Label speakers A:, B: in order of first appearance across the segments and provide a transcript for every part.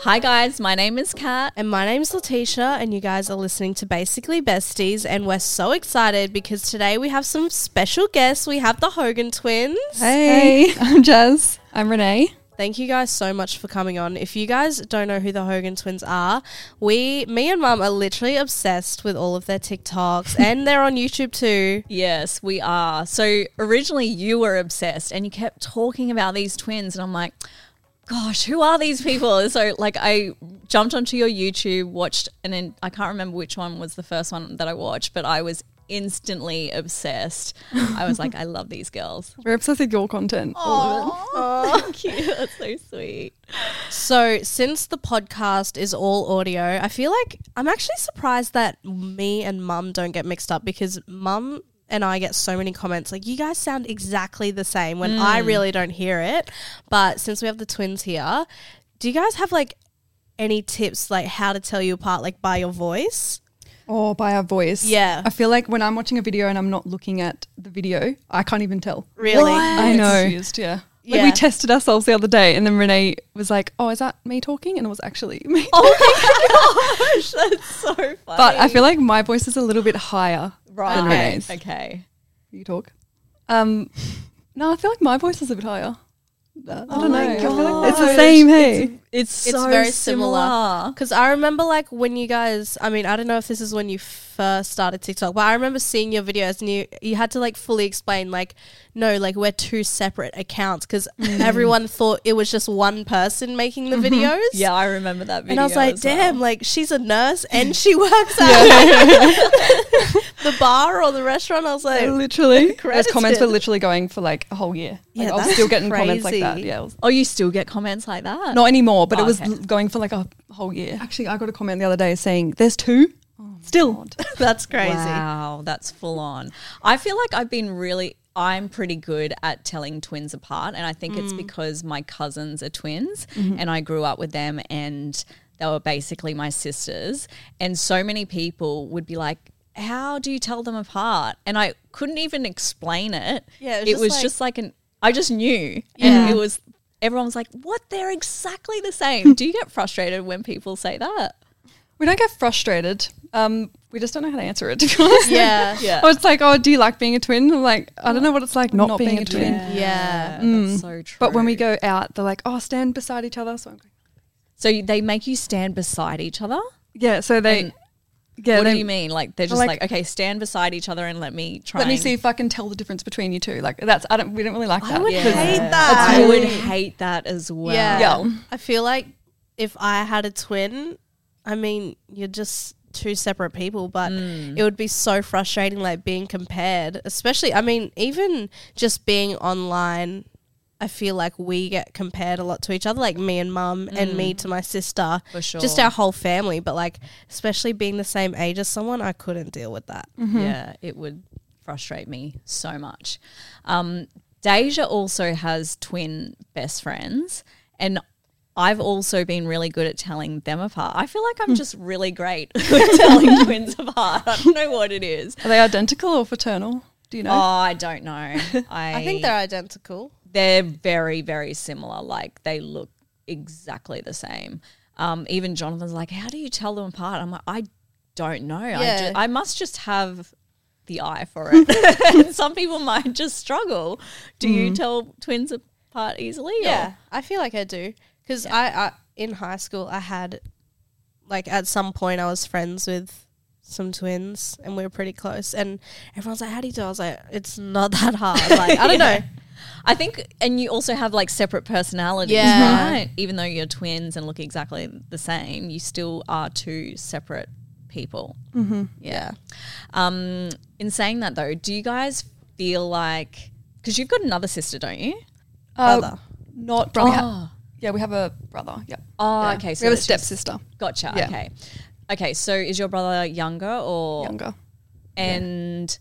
A: Hi, guys. My name is Kat.
B: And my name's Letitia, and you guys are listening to Basically Besties, and we're so excited because today we have some special guests. We have the Hogan twins.
A: Hey. I'm Jazz. I'm Renee.
B: Thank you guys so much for coming on. If you guys don't know who the Hogan twins are, we, me and mum, are literally obsessed with all of their TikToks, and they're on YouTube too.
A: Yes, we are. So originally you were obsessed and you kept talking about these twins, and I'm like, gosh, who are these people? So like I jumped onto your YouTube, watched, and then I can't remember which one was the first one that I watched, but I was instantly obsessed. I was like, I love these girls.
C: We're obsessed with your content. all of it.
A: Thank you. That's so sweet.
B: So, since the podcast is all audio, I feel like I'm actually surprised that me and mum don't get mixed up because mum and I get so many comments like, you guys sound exactly the same when I really don't hear it. But since we have the twins here, do you guys have like any tips like how to tell you apart, like by your voice?
C: Or Oh, by our voice.
B: Yeah.
C: I feel like when I'm watching a video and I'm not looking at the video, I can't even tell.
B: Really?
C: I know. Confused, yeah. Like
B: Yeah.
C: we tested ourselves the other day and then Renee was like, Oh, is that me talking? And it was actually me.
B: Oh,
A: So funny.
C: But I feel like my voice is a little bit higher than
A: right.
C: Renee's.
A: Okay.
C: You talk. Um no, I feel like my voice is a bit higher. I don't know. I feel like it's the same, hey.
A: It's,
B: Oh it's
A: so
B: very similar because I remember like when you guys. I mean, I don't know if this is when you first started TikTok, but I remember seeing your videos and you you had to like fully explain like, no, like we're two separate accounts because
A: Mm.
B: everyone thought it was just one person making the videos.
A: Mm-hmm. Yeah, I remember that video.
B: And I was like,
A: as well.
B: damn, like she's a nurse and she works at the bar or the restaurant. I was like,
C: Literally. Those
B: Credited.
C: comments were literally going for like a whole year. Like,
B: Yeah,
C: I was
B: that's
C: still getting comments like that.
B: crazy.
C: Yeah. it was
A: Oh, you still get comments like that?
C: Not anymore, but it was
A: okay.
C: l- going for like a whole year. Oh, Actually, I got a comment the other day saying, "There's two still."
B: that's crazy.
A: Wow, that's full on. I feel like I've been really I'm pretty good at telling twins apart and I think it's because my cousins are twins and I grew up with them and they were basically my sisters and so many people would be like how do you tell them apart? And I couldn't even explain it.
B: Yeah,
A: it was, just, like, an I just knew. And it was everyone was like, "What? They're exactly the same." do you get frustrated when people say that?
C: We don't get frustrated. Um, we just don't know how to answer it. To be honest.
B: Yeah.
A: Yeah.
C: I was like, "Oh, do you like being a twin?" I'm like, I don't know what it's like not, being, a twin.
B: Yeah.
A: That's so true.
C: But when we go out, they're like, "Oh, stand beside each other." So I'm like,
A: So you- they make you stand beside each other?
C: yeah. So they,
A: And
C: yeah.
A: what
C: they,
A: do you mean? Like they're just
C: like-
A: like, okay, stand beside each other and let me try.
C: Let me
A: and-
C: see if I can tell the difference between you two. Like that's I don't. We don't really like that.
B: would
C: because-
B: hate that.
A: I would hate that as well.
B: Yeah.
C: Yeah.
B: I feel like if I had a twin, I mean, you're just two separate people, but
A: Mm.
B: it would be so frustrating, like being compared, especially, I mean, even just being online. I feel like we get compared a lot to each other, like me and mum and me to my sister.
A: Mm. For
B: Just
A: sure.
B: our whole family, but like especially being the same age as someone, I couldn't deal with that.
C: Mm-hmm.
A: Yeah, it would frustrate me so much. Um, Deja also has twin best friends, and I've also been really good at telling them apart. I feel like
C: Hmm.
A: I'm just really great at telling twins apart. I don't know what it is.
C: Are they identical or fraternal? Do you know?
A: Oh, I don't know. I,
B: I think they're identical.
A: they're very very similar like they look exactly the same um, even jonathan's like how do you tell them apart i'm like i don't know I,
B: Yeah.
A: ju- I must just have the eye for it and some people might just struggle do you tell twins apart easily or-
B: Mm. Yeah, I feel like I do because I, I in high school I had like at some point I was friends with some twins and we were pretty close and everyone's like, "How do you do?" I was like, "It's not that hard." Like I don't know.
A: i think and you also have like separate personalities
B: Yeah.
A: right
C: Mm-hmm.
A: even though you're twins and look exactly the same you still are two separate people
C: Mm-hmm.
B: Yeah,
A: Um, in saying that though, do you guys feel like because you've got another sister, don't you?
C: Uh,
B: brother.
C: Not brother. We ha- yeah, we have a brother. Yep.
A: Oh,
C: Yeah.
A: okay. So
C: we have a
A: it's just-
C: stepsister,
A: Gotcha.
C: Yeah.
A: Okay. Okay. So is your brother younger or
C: younger.
A: and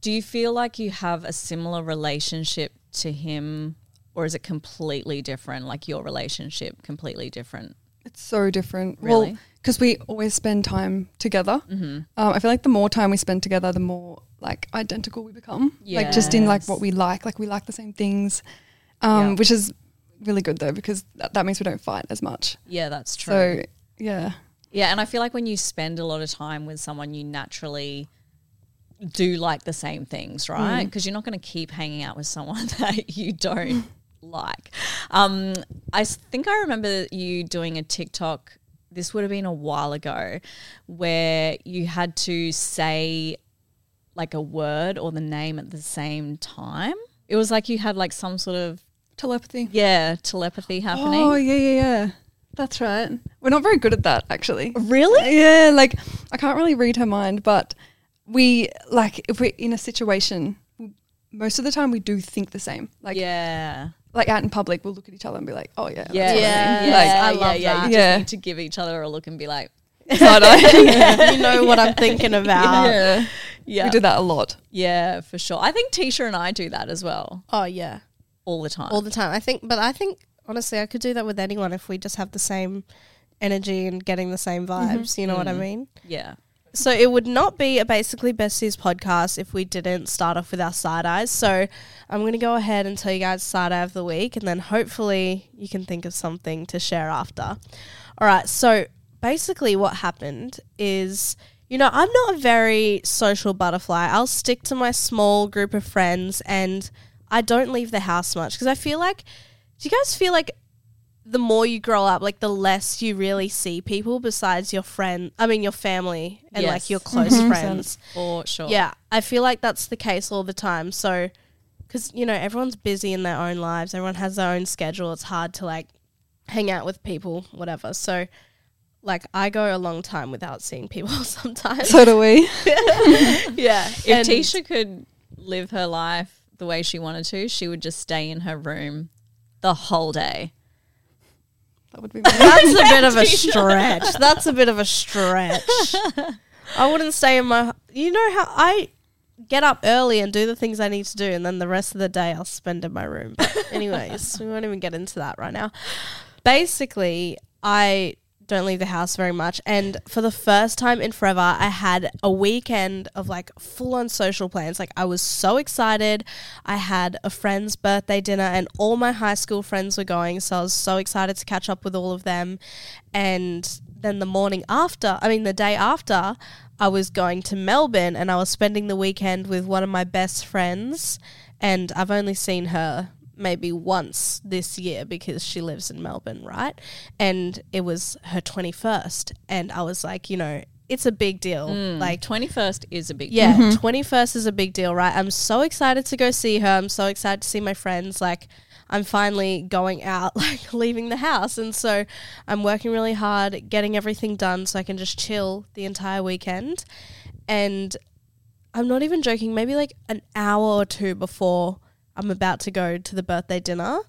A: do you feel like you have a similar relationship to him or is it completely different? Like your relationship completely different?
C: It's so different.
A: Really? Mm-hmm.
C: because we always spend time together. Um, I feel like the more time we spend together, the more like identical we become. Like just in like what we like. Like we like the same things, um,
A: Yeah.
C: which is really good though because that, that means we don't fight as much.
A: Yeah, that's true.
C: So yeah,
A: Yeah, and I feel like when you spend a lot of time with someone, you naturally do like the same things, right? Because you're not going to keep hanging out with someone that you don't like. Um, I s- think I remember you doing a TikTok. This would have been a while ago, where you had to say like a word or the name at the same time. It was like you had like some sort of
C: telepathy.
A: yeah telepathy happening.
C: Oh yeah, yeah, yeah. That's right. We're not very good at that actually.
A: Really?
C: Yeah, like I can't really read her mind, but we like if we're in a situation, most of the time we do think the same. Like
A: Yeah.
C: like out in public, we'll look at each other and be like, oh yeah, that's
A: Yeah,
C: what
A: yeah,
C: I mean.
A: yeah,
C: Like,
A: yeah,
B: I love
A: yeah. You
C: that. Yeah.
A: just need to give each other a look and be like,
B: you know what I'm thinking about.
C: yeah.
A: yeah,
C: we do that a lot.
A: yeah, for sure. I think Tisha and I do that as well
B: Oh yeah,
A: all the time.
B: all the time. I think, but I think honestly, I could do that with anyone if we just have the same energy and getting the same vibes. You know what I mean?
A: yeah,
B: So it would not be a basically besties podcast if we didn't start off with our side eyes. So I'm going to go ahead and tell you guys side eye of the week, and then hopefully you can think of something to share after. All right. So basically, what happened is, you know, I'm not a very social butterfly. I'll stick to my small group of friends, and I don't leave the house much because I feel like. Do you guys feel like the more you grow up, like the less you really see people besides your friend. I mean, your family and
A: Yes.
B: like your close friends.
A: for sure.
B: Yeah, I feel like that's the case all the time. So, because you know everyone's busy in their own lives, everyone has their own schedule. It's hard to like hang out with people, whatever. So, like I go a long time without seeing people sometimes.
C: So do we.
B: yeah,
A: If Tisha could live her life the way she wanted to, she would just stay in her room the whole day.
C: That would be me.
B: That's a bit of a stretch. That's a bit of a stretch. I wouldn't stay in my. You know how I get up early and do the things I need to do, and then the rest of the day I'll spend in my room. But anyways, we won't even get into that right now. Basically, I don't leave the house very much, and for the first time in forever, I had a weekend of like full on social plans. Like I was so excited. I had a friend's birthday dinner, and all my high school friends were going, so I was so excited to catch up with all of them. And then the morning after, I mean, the day after, I was going to Melbourne and I was spending the weekend with one of my best friends. And I've only seen her maybe once this year because she lives in Melbourne, right? And it was her 21st. And I was like, you know, it's a big deal. Like,
A: Twenty first is a big
B: yeah, 21st is a big deal, right? I'm so excited to go see her. I'm so excited to see my friends. Like, I'm finally going out, like, leaving the house. And so I'm working really hard, getting everything done so I can just chill the entire weekend. And I'm not even joking, maybe like an hour or two before I'm about to go to the birthday dinner,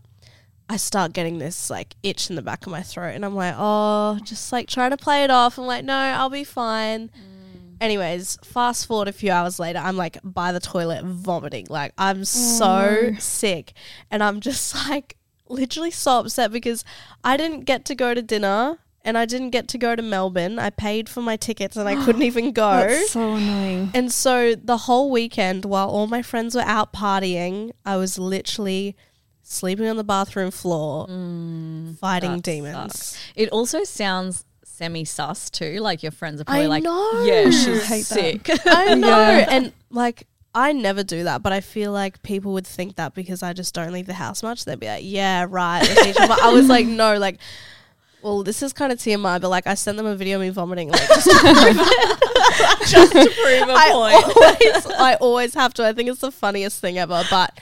B: I start getting this like itch in the back of my throat, and I'm like, oh, just like trying to play it off. I'm like, no, I'll be fine. Anyways, fast forward a few hours later, I'm like by the toilet vomiting. Like, I'm so
C: Mm.
B: sick. And I'm just like literally so upset because I didn't get to go to dinner and I didn't get to go to Melbourne. I paid for my tickets and I couldn't even go.
C: That's so annoying.
B: And so the whole weekend, while all my friends were out partying, I was literally sleeping on the bathroom floor,
C: Mm,
B: fighting demons.
A: It also sounds semi sus too. Like your friends are probably
B: I
A: like,
B: know.
A: yeah,
C: I
A: she's
C: hate
A: sick.
B: I know, and like I never do that, but I feel like people would think that because I just don't leave the house much. They'd be like, "Yeah, right." let's see each other." But I was like, "No, like." Well, this is kind of TMI, but like I sent them a video of me vomiting. Like, just
A: to prove a
B: I
A: point.
B: always, I always have to. I think it's the funniest thing ever. But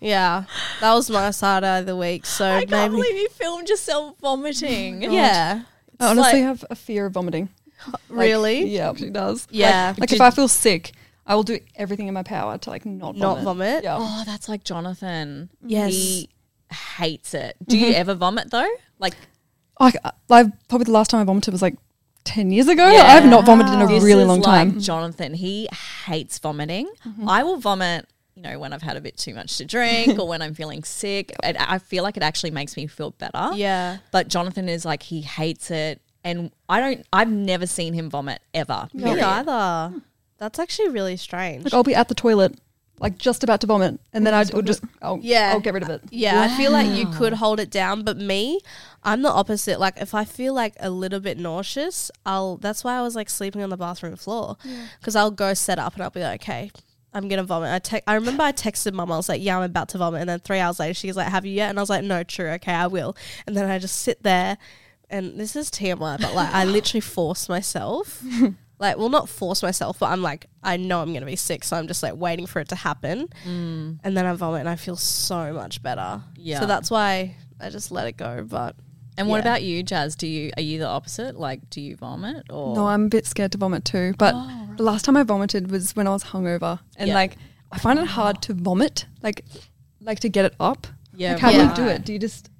B: yeah, that was my side of the week. So
A: I can't
B: maybe
A: believe you filmed yourself vomiting.
B: yeah,
C: I honestly
B: like-
C: have a fear of vomiting. Like,
B: really,
C: yeah, she does.
B: Yeah.
C: Like, like if I feel sick, I will do everything in my power to like not vomit.
B: not vomit.
C: Yeah.
A: Oh, that's like Jonathan.
B: Yes.
A: He hates it. Do you ever vomit though? Like
C: Like, I- like probably the last time I vomited was like ten years ago.
A: Yeah.
C: Oh, I have not vomited in a
A: this
C: really
A: is
C: long
A: like
C: time. Mm-hmm.
A: Jonathan, he hates vomiting. I will vomit, you know, when I've had a bit too much to drink or when I'm feeling sick. It, I feel like it actually makes me feel better.
B: Yeah.
A: But Jonathan is like he hates it and I don't I've never seen him vomit ever.
B: Me either. That's actually really strange.
C: Like I'll be at the toilet, like just about to vomit, and then I will just I'll,
B: Yeah.
C: I'll get rid of it.
B: Yeah, I feel like you could hold it down, but me, I'm the opposite. Like if I feel like a little bit nauseous, I'll. That's why I was like sleeping on the bathroom floor because I'll go set up and I'll be like, okay. I'm gonna vomit. I te- I remember I texted mum. I was like, "Yeah, I'm about to vomit." And then three hours later, she's like, "Have you yet?" And I was like, "No, true. Okay, I will." And then I just sit there, and this is TMI, but like I literally force myself, like, well, not force myself, but I'm like, I know I'm gonna be sick, so I'm just like waiting for it to happen and then I vomit and I feel so much better.
A: Yeah.
B: So that's why I just let it go. But
A: And what
B: Yeah.
A: about you, Jazz? Do you are you the opposite? Like do you vomit or
C: No, I'm a bit scared to vomit too. But the last time I vomited was when I was hungover, and
A: Oh, Yeah.
C: like I find it hard to vomit, like like to get it up.
A: Yeah,
C: like, how do
B: right.
C: you do it? Do you just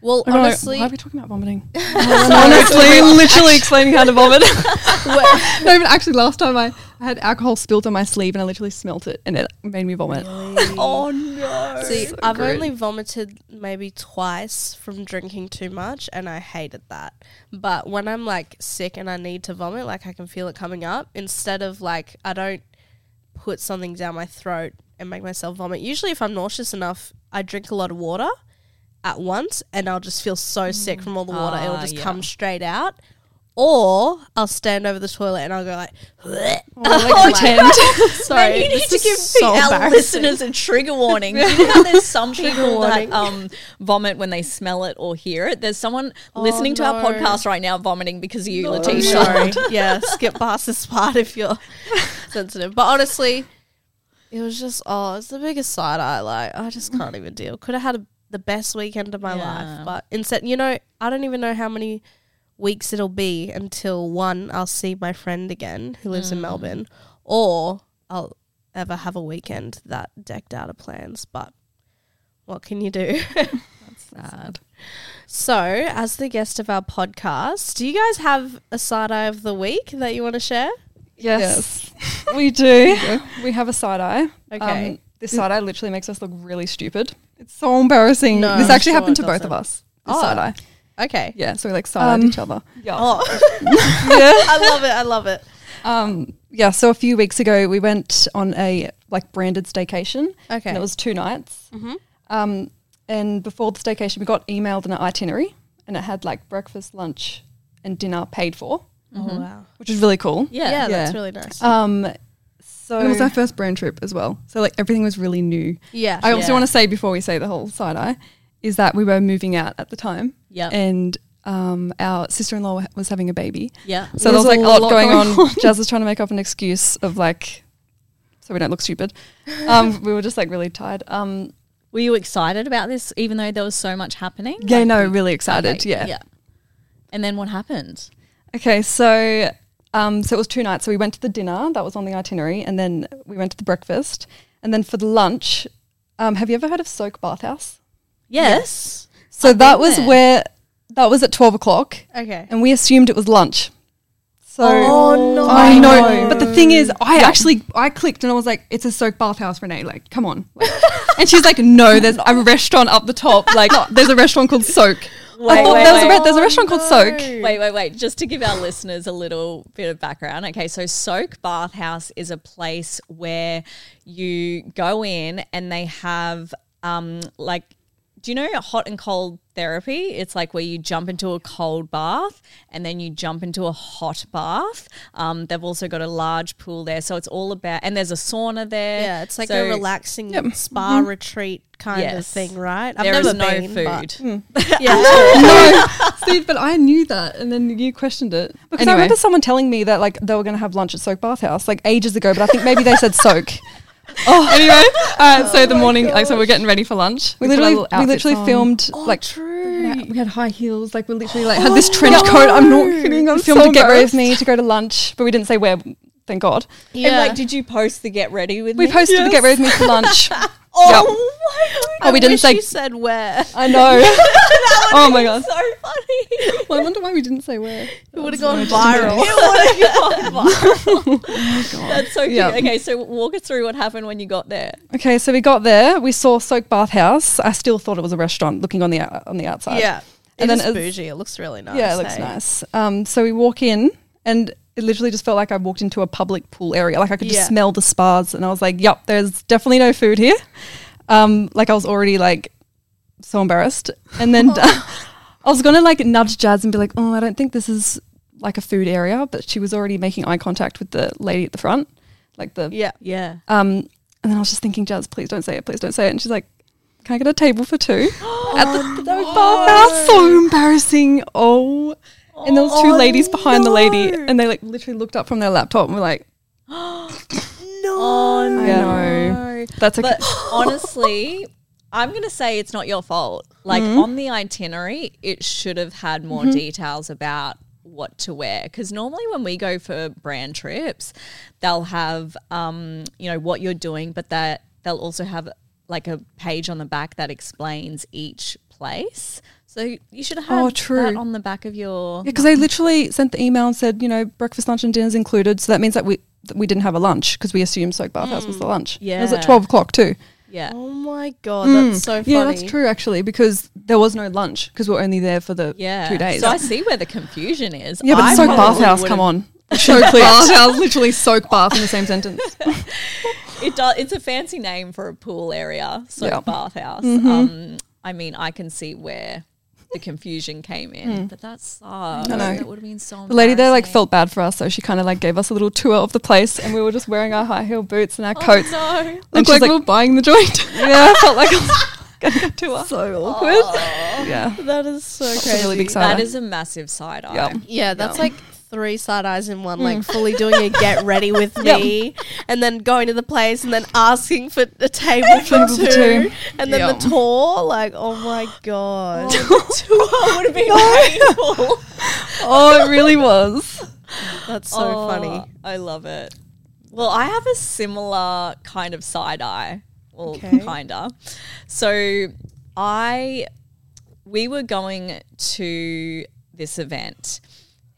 B: well,
C: I don't know,
B: honestly,
C: why are we talking about vomiting? honestly, literally explaining how to vomit. no, but actually, last time I, I had alcohol spilt on my sleeve and I literally smelt it and it made me vomit.
A: Oh no.
B: see, I've only vomited maybe twice from drinking too much, and I hated that. But when I'm like sick and I need to vomit, like I can feel it coming up. Instead of like I don't put something down my throat and make myself vomit. Usually, if I'm nauseous enough, I drink a lot of water at once, and I'll just feel so sick from all the water. It'll
A: Ah,
B: just
A: yeah.
B: come straight out. Or I'll stand over the toilet and I'll go like, Oh
C: pretend.
B: Sorry,
A: you need
B: this
A: to
B: is
A: give
B: so
A: the- our
B: embarrassing.
A: listeners a trigger warning. Do you know how there's some people
B: warning.
A: that um, vomit when they smell it or hear it? There's someone listening to our
B: Oh, no.
A: podcast right now vomiting because of you,
B: I'm
A: Letitia.
B: sorry. yeah, skip past this part if you're sensitive. But honestly, it was just oh, it's the biggest side eye. Like I just can't even deal. Could have had a, the best weekend of my life, but instead, you know, I don't even know how many weeks it'll be until one I'll see my friend again who lives in Melbourne, or I'll ever have a weekend that decked out of plans. But what can you do?
C: Sad.
B: So, as the guest of our podcast, do you guys have a side eye of the week that you want to share?
C: Yes, we do. We have a side eye. Um,
B: Okay.
C: this side eye literally makes us look really stupid. It's so embarrassing.
B: No,
C: this
B: I'm
C: actually
B: sure
C: happened
B: it
C: to both of
B: doesn't.
C: us. This
B: Oh.
C: side eye.
B: Okay.
C: Yeah, so we like side eyed each other.
B: Oh. I love it. I love it.
C: Um, yeah, so a few weeks ago we went on a like branded staycation.
B: Okay.
C: And it was two nights. Um, and before the staycation, we got emailed an itinerary and it had like breakfast, lunch, and dinner paid for,
B: Oh, wow.
C: which is really cool.
B: Yeah,
A: Yeah.
B: that's
C: Yeah.
B: really nice.
C: Um, so
B: And
C: it was our first brand trip as well. So like everything was really new.
B: yeah.
C: I also
A: Yeah.
C: want to say before we say the whole side eye is that we were moving out at the time.
A: Yep.
C: And um, our sister in law was having a baby.
A: Yeah.
C: So there was like a lot, going, on. Jazz was trying to make up an excuse of like, so we don't look stupid. Um, we were just like really tired. Um,
A: Were you excited about this, even though there was so much happening?
C: yeah,
A: Like,
C: no,
A: you-
C: really excited.
A: okay,
C: yeah.
A: And then what happened?
C: Okay, so um, so it was two nights. So we went to the dinner that was on the itinerary, and then we went to the breakfast, and then for the lunch, Um, have you ever heard of Soak Bathhouse?
A: Yes.
C: So
A: I've
C: that
A: been
C: was
A: there.
C: where that was at twelve o'clock,
B: Okay.
C: and we assumed it was lunch. So
B: Oh, no.
C: I know, but the thing is, I actually I clicked and I was like, "It's a soak bathhouse, Renee. Like, come on." Like- and she's like, "No, there's a restaurant up the top. Like, there's a restaurant called Soak." I
A: Wait,
C: thought
A: wait,
C: there was a
A: wait. Oh,
C: re- there's a restaurant called Soak.
A: Wait, wait, wait. Just to give our listeners a little bit of background. Okay, so Soak Bathhouse is a place where you go in and they have um like do you know hot and cold therapy? It's like where you jump into a cold bath and then you jump into a hot bath. Um, they've also got a large pool there, so it's all about. And there's a sauna there.
B: Yeah, it's like
A: So
B: a relaxing spa retreat kind of
A: Yes.
B: thing, right? I've
A: There is
B: never
A: no
B: been, but-
A: food.
B: Yeah.
C: no, Steve, but I knew that, and then you questioned it. Because I
A: Anyway.
C: remember someone telling me that like they were going to have lunch at Soak Bathhouse like ages ago, but I think maybe they said Soak. Oh, anyway, uh, so the morning, like, so we're getting ready for lunch. We,
D: put our
C: literally,
D: little
C: we literally
D: outfits on.
C: filmed like
B: true.
C: we had high heels, like we literally like had this trench coat. I'm not kidding. I'm filmed
D: so
C: to get ready with me to go to lunch, but we didn't say where. Thank God.
A: And
B: Yeah.
A: like, did you post the get ready with
C: We
A: me?
C: posted to get ready with me for lunch.
A: Oh my
C: Oh, we didn't
B: wish
C: say-
B: You said where?
C: I know. oh my God.
A: god, so funny.
C: Well, I wonder why we didn't say where.
B: It would have gone viral.
A: That's so cute.
C: Oh Yeah.
A: Okay, so walk us through what happened when you got there.
C: Okay, so we got there. We saw Soak Bath House. I still thought it was a restaurant, looking on the out- on the outside.
B: Yeah. And
C: And then
B: then
C: it's-
B: bougie. It looks really nice.
C: yeah, it looks
B: hey?
C: nice. Um, so we walk in, and it literally just felt like I walked into a public pool area. Like I could just
B: Yeah.
C: smell the spas, and I was like, "Yep, there's definitely no food here." Um, like I was already like so embarrassed, and then I was gonna like nudge Jazz and be like, "Oh, I don't think this is like a food area," but she was already making eye contact with the lady at the front, like the
B: Yeah. Yeah.
C: um, and then I was just thinking, Jazz, please don't say it, please don't say it. And she's like, Can I get a table for two? At the
A: Oh,
C: the bathhouse. So embarrassing. Oh. And there was two ladies behind the lady, and they like literally looked up from their laptop and were like,
B: No.
C: I know. That's okay.
A: But honestly, I'm gonna say it's not your fault. Like
C: Mm-hmm.
A: on the itinerary, it should have had more details about what to wear because normally when we go for brand trips, they'll have um, you know what you're doing, but that they'll also have like a page on the back that explains each place. So you should have had
C: Oh,
A: that
C: true.
A: on the back of your
C: because they literally sent the email and said, you know, breakfast, lunch, and dinner's included. So that means that we that we didn't have a lunch because we assumed Soak Bathhouse was the lunch. It was
A: Mm, yeah.
C: at 12 o'clock too.
A: yeah.
B: Oh my god, that's so funny.
C: Yeah, that's true actually because there was no lunch because we are only there for the
A: Yeah.
C: two days.
A: So I see where the confusion is.
C: Yeah, but
A: I
C: soak
A: probably
C: bathhouse,
A: would've-
C: come on. Soak bathhouse, literally soak bath in the same sentence.
A: It does. It's a fancy name for a pool area, so
C: Yeah. Mm-hmm.
A: bathhouse. Um, I mean, I can see where the confusion came in, but that sucks. That would have been so.
C: Mm. The lady there like
A: embarrassing.
C: felt bad for us, so she kind of like gave us a little tour of the place, and we were just wearing our high heel boots and our coats.
A: Oh, No.
C: And she's Oh, like,
D: buying the joint.
C: yeah, I felt like I was getting a tour. So awkward. Yeah,
B: That is so
C: It's a
B: crazy.
C: really big side.
A: That is a massive side eye.
C: Yeah.
B: Yeah, that's like three side eyes in one,
C: Mm.
B: like fully doing a get ready with me, and then going to the place, and then asking for a table for
C: Table
B: two,
C: for two.
B: and then the
C: Yeah.
B: tour. Like, oh my god,
A: Tour would have been painful.
C: oh, it really was.
B: that's so
A: Oh,
B: funny.
A: I love it. Well, I have a similar kind of side eye. Well,
B: Okay.
A: kinda. So I we were going to this event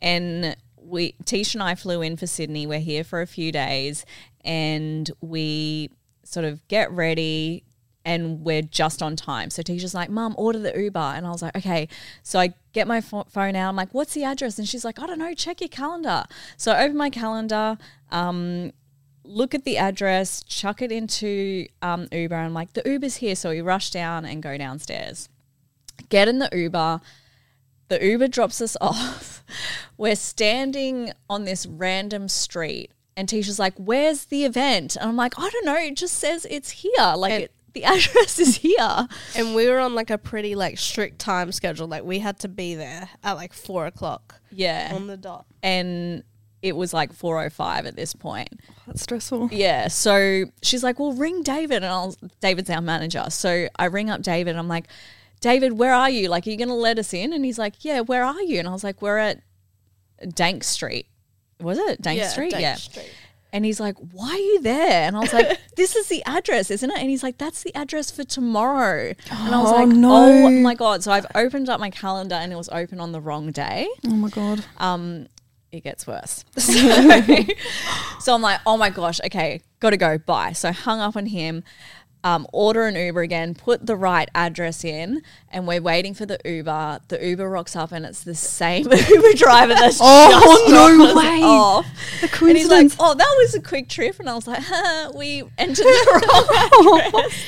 A: and we Tisha and I flew in for Sydney. We're here for a few days and we sort of get ready and we're just on time. So Tisha's like, Mum, order the Uber. And I was like, okay. So I get my pho- phone out. I'm like, what's the address? And she's like, I don't know, check your calendar. So I open my calendar, um, look at the address, chuck it into um, Uber. And I'm like, the Uber's here. So we rush down and go downstairs get in the Uber. The Uber drops us off. We're standing on this random street, and Tisha's like, "Where's the event?" And I'm like, "I don't know. It just says it's here. Like
B: And-
A: it, the address is here."
B: And we were on like a pretty like strict time schedule. Like we had to be there at like four o'clock
A: Yeah,
B: on the dot.
A: and it was like 4:05 at this point.
C: That's stressful.
A: Yeah. So she's like, "Well, ring David," and I'll, David's our manager. So I ring up David. And I'm like, "David, where are you? Like, are you going to let us in?" And he's like, "Yeah, where are you?" And I was like, "We're at Dank Street." Was it Dank Street?
B: Dake
A: yeah.
B: Street.
A: And he's like, Why are you there? And I was like, This is the address, isn't it? And he's like, That's the address for tomorrow. And I was
C: Oh,
A: like,
C: no.
A: Oh my God. So I've opened up my calendar and it was open on the wrong day.
C: Oh my god.
A: Um, it gets worse. So, so I'm like, Oh my gosh, okay, gotta go. Bye. So hung up on him. Um, order an Uber again, put the right address in, and we're waiting for the Uber. The Uber rocks up, and it's the same Uber driver that's
C: Oh,
A: just
C: no
A: dropped us
C: way.
A: off.
C: The
A: And he's like,
C: coincidence.
A: "Oh, that was a quick trip," and I was like, huh, "We entered the wrong address."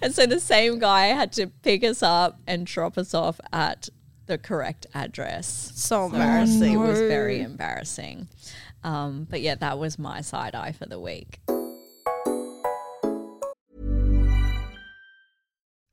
A: and so the same guy had to pick us up and drop us off at the correct address.
B: So
A: So
B: embarrassing.
A: It was very embarrassing. Um, but yeah, that was my side eye for the week.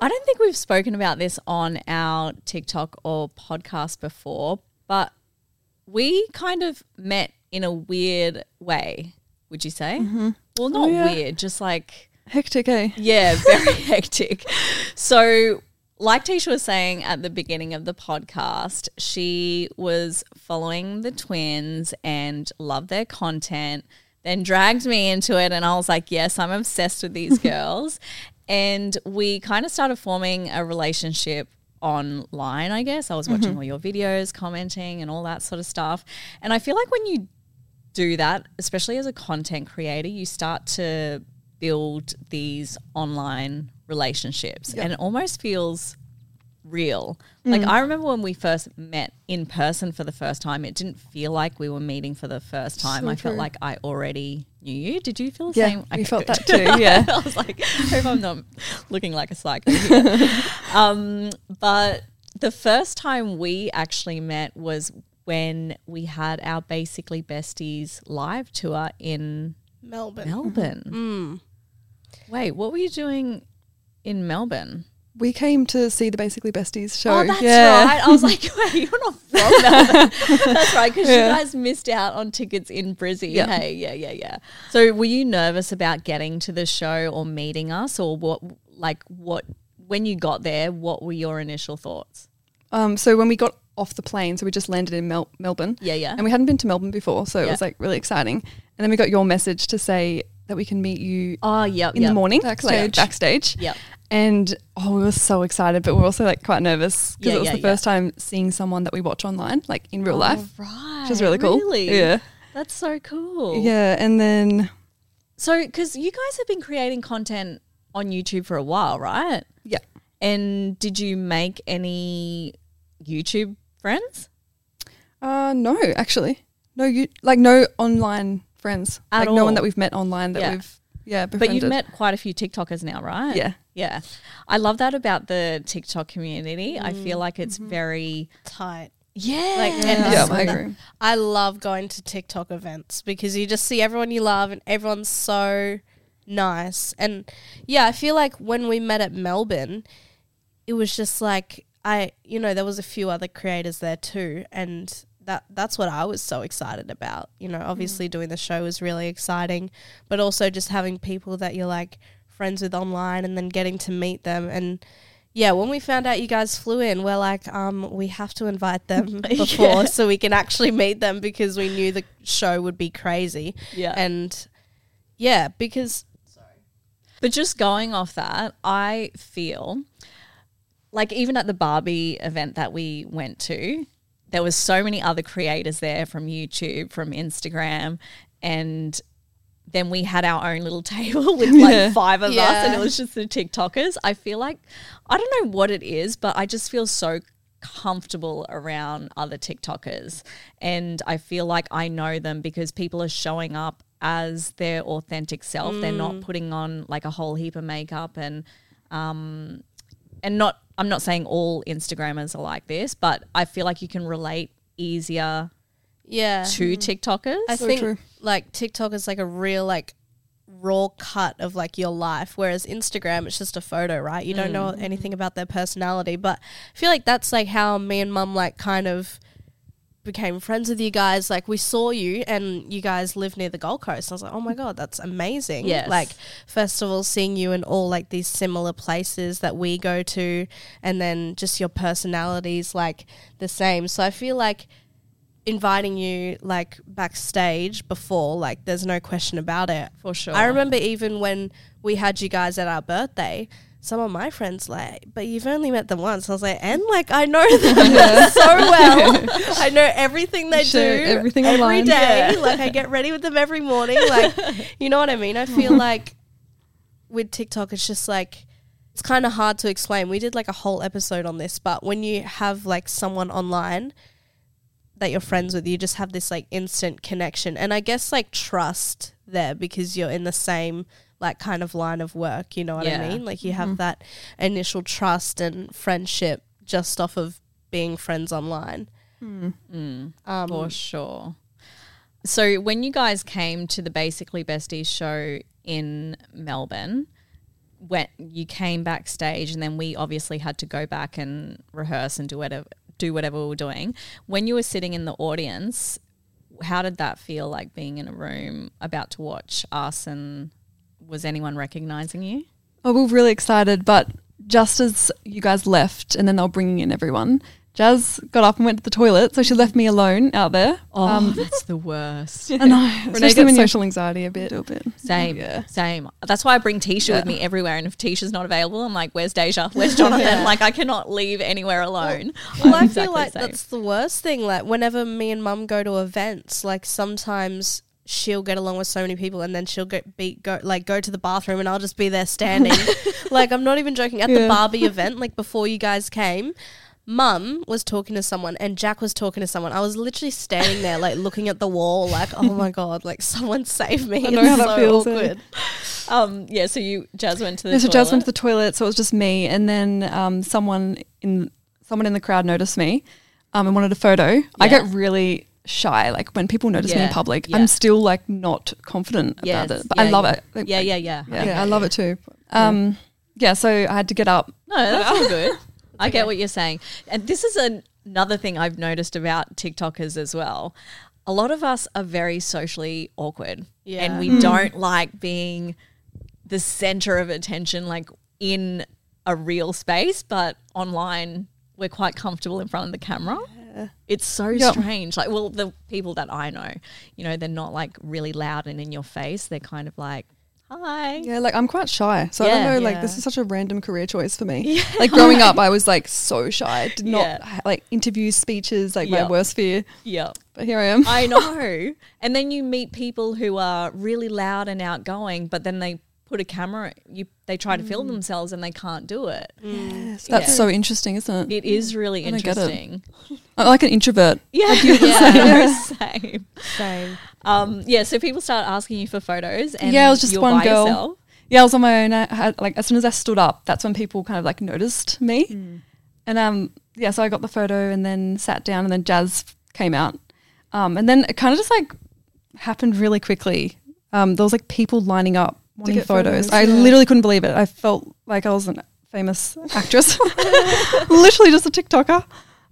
A: I don't think we've spoken about this on our TikTok or podcast before, but we kind of met in a weird way, would you say? Well, not
C: yeah.
A: weird, just like,
C: Hectic, eh?
A: yeah, very hectic. So, like Tisha was saying at the beginning of the podcast, she was following the twins and loved their content, then dragged me into it. And I was like, yes, I'm obsessed with these girls. And we kind of started forming a relationship online, I guess. I was watching all your videos, commenting, and all that sort of stuff. And I feel like when you do that, especially as a content creator, you start to build these online relationships and it almost feels real.
C: Mm.
A: Like I remember when we first met in person for the first time, it didn't feel like we were meeting for the first time. I felt like I already knew you. Did you feel the
C: Yeah,
A: same?
C: we
A: Okay,
C: felt
A: good.
C: that too, yeah.
A: I was like, hope I'm not looking like a psycho. here. um, but the first time we actually met was when we had our basically besties live tour in
B: Melbourne.
A: Melbourne. Mm. Wait, what were you doing in Melbourne?
C: We came to see the Basically Besties show.
A: Oh, that's
C: yeah.
A: right. I was like, wait, you're not from Melbourne. that's right, because you guys missed out on tickets in Brizzy.
C: Yeah.
A: Hey, yeah, yeah, yeah. So were you nervous about getting to the show or meeting us or what, like what, when you got there, what were your initial thoughts?
C: Um, so when we got off the plane, so we just landed in Mel- Melbourne.
A: Yeah, yeah.
C: And we hadn't been to Melbourne before, so it
A: Yeah.
C: was like really exciting. And then we got your message to say that we can meet you
A: Oh, yeah.
C: in the morning
A: Backstage.
C: Like, backstage.
A: Yep.
C: And oh, we were so excited, but we were also like quite nervous because
A: Yeah,
C: it was
A: yeah,
C: the first time seeing someone that we watch online, like in real life,
A: Oh, Right.
C: which is really cool.
A: Really?
C: Yeah.
A: That's so cool.
C: Yeah. And then
A: So, because you guys have been creating content on YouTube for a while, right?
C: yeah,
A: And did you make any YouTube friends?
C: uh, no, actually, no, you like no online friends,
A: At
C: like no
A: all.
C: one that we've met online that
A: Yeah.
C: we've yeah,
A: But you've
C: befriended.
A: met quite a few TikTokers now, right?
C: Yeah.
A: Yeah. I love that about the TikTok community. I
C: Mm,
A: feel like it's
C: mm-hmm.
A: very,
B: Tight.
A: yeah.
B: Like, and
C: yeah, I agree.
B: I love going to TikTok events because you just see everyone you love and everyone's so nice. And yeah, I feel like when we met at Melbourne, it was just like I, you know, there was a few other creators there too, and that that's what I was so excited about. You know, obviously doing the show was really exciting, but also just having people that you're like friends with online and then getting to meet them and yeah, when we found out you guys flew in, we're like, um, we have to invite them before so we can actually meet them because we knew the show would be crazy.
A: Yeah.
B: And yeah, because
A: But just going off that, I feel like even at the Barbie event that we went to, there was so many other creators there from YouTube, from Instagram, and then we had our own little table with like five of us and it was just the TikTokers. I feel like I don't know what it is, but I just feel so comfortable around other TikTokers. And I feel like I know them because people are showing up as their authentic self. They're not putting on like a whole heap of makeup and and not I'm not saying all Instagrammers are like this, but I feel like you can relate easier
B: yeah.
A: to TikTokers.
B: Mm-hmm. I think like TikTok is like a real like raw cut of like your life, whereas Instagram it's just a photo, right? You don't know anything about their personality, but I feel like that's like how me and mum like kind of became friends with you guys. Like we saw you and you guys live near the Gold Coast. I was like, oh my god, that's amazing!
A: Yes.
B: like first of all, seeing you in all like these similar places that we go to, and then just your personalities like the same. So I feel like inviting you like backstage before like there's no question about it
A: For sure.
B: i remember even when we had you guys at our birthday some of my friends like but you've only met them once i was like and like i know them so well i know everything they
C: Sure,
B: do
C: everything
B: every
C: online.
B: day. like i get ready with them every morning like you know what i mean i feel like with tiktok it's just like it's kind of hard to explain we did like a whole episode on this but when you have like someone online that you're friends with, you just have this like instant connection. And I guess like trust there because you're in the same like kind of line of work, you know what I
A: Yeah.
B: mean? Like you have that initial trust and friendship just off of being friends online. Um,
A: for sure. So when you guys came to the Basically Besties show in Melbourne, when you came backstage, and then we obviously had to go back and rehearse and do whatever do whatever we were doing. When you were sitting in the audience, how did that feel like being in a room about to watch us? And was anyone recognizing you?
C: Oh, we were really excited, but just as you guys left and then they were bringing in everyone, Jazz got up and went to the toilet, so she left me alone out there.
A: Oh,
C: Um,
A: that's the worst.
C: I know, especially
B: gets
C: when social anxiety a bit. A bit.
A: Same, same. That's why I bring Tisha with me everywhere. And if Tisha's not available, I'm like, "Where's Deja? Where's Jonathan?" Like, I cannot leave anywhere alone.
B: Well,
A: I'm
B: I feel
A: exactly
B: like
A: the same.
B: that's the worst thing. Like whenever me and mum go to events, like sometimes she'll get along with so many people and then she'll go be go like go to the bathroom and I'll just be there standing. like I'm not even joking. At the Barbie event, like before you guys came, mum was talking to someone and Jack was talking to someone. I was literally standing there like looking at the wall like, oh my God, like someone save me.
C: I know
B: it's
C: how
B: so
C: that feels, eh?
B: awkward.
A: Um, yeah. So you, Jazz went to the.
C: Yeah, so Jazz went to
A: toilet.
C: the toilet, so it was just me, and then um, someone in someone in the crowd noticed me um, and wanted a photo. I
A: Yeah.
C: get really shy, like when people notice me in
A: Yeah,
C: public,
A: yeah.
C: I'm still like not confident
A: Yes,
C: about it, but
A: yeah,
C: I love
A: yeah.
C: it. Like,
A: Yeah, yeah, yeah.
C: yeah, I love it too. Um, yeah, so I had to get up.
A: No, that's all good. I get what you're saying. And this is an, another thing I've noticed about TikTokers as well. A lot of us are very socially awkward. And we don't like being the center of attention, like in a real space, but online, we're quite comfortable in front of the camera. It's so strange. Like, well, the people that I know, you know, they're not like really loud and in your face. They're kind of like, hi.
C: Yeah, like I'm quite shy, so I don't
A: Yeah.
C: know. Like this is such a random career choice for me. Like growing up, I was like so shy, did not
A: Yeah.
C: ha- like interviews, speeches, like
A: Yeah.
C: my worst fear.
A: Yep.
C: But here I am.
A: I know. And then you meet people who are really loud and outgoing, but then they put a camera. You they try to film themselves and they can't do it.
C: That's so interesting, isn't it?
A: It is really
C: I don't get it.
A: interesting.
C: I'm like an introvert.
A: Yeah, yeah. same.
B: Same.
A: Um, yeah. So people start asking you for photos, and
C: yeah, I was just
A: you're
C: one
A: by
C: girl.
A: yourself.
C: Yeah, I was on my own. I had like as soon as I stood up, that's when people kind of like noticed me.
A: Mm.
C: And um, yeah, so I got the photo and then sat down, and then Jazz came out, um, and then it kind of just like happened really quickly. Um, there was like people lining up wanting get photos. photos, I yeah. literally couldn't believe it. I felt like I was an famous actress, literally just a TikToker.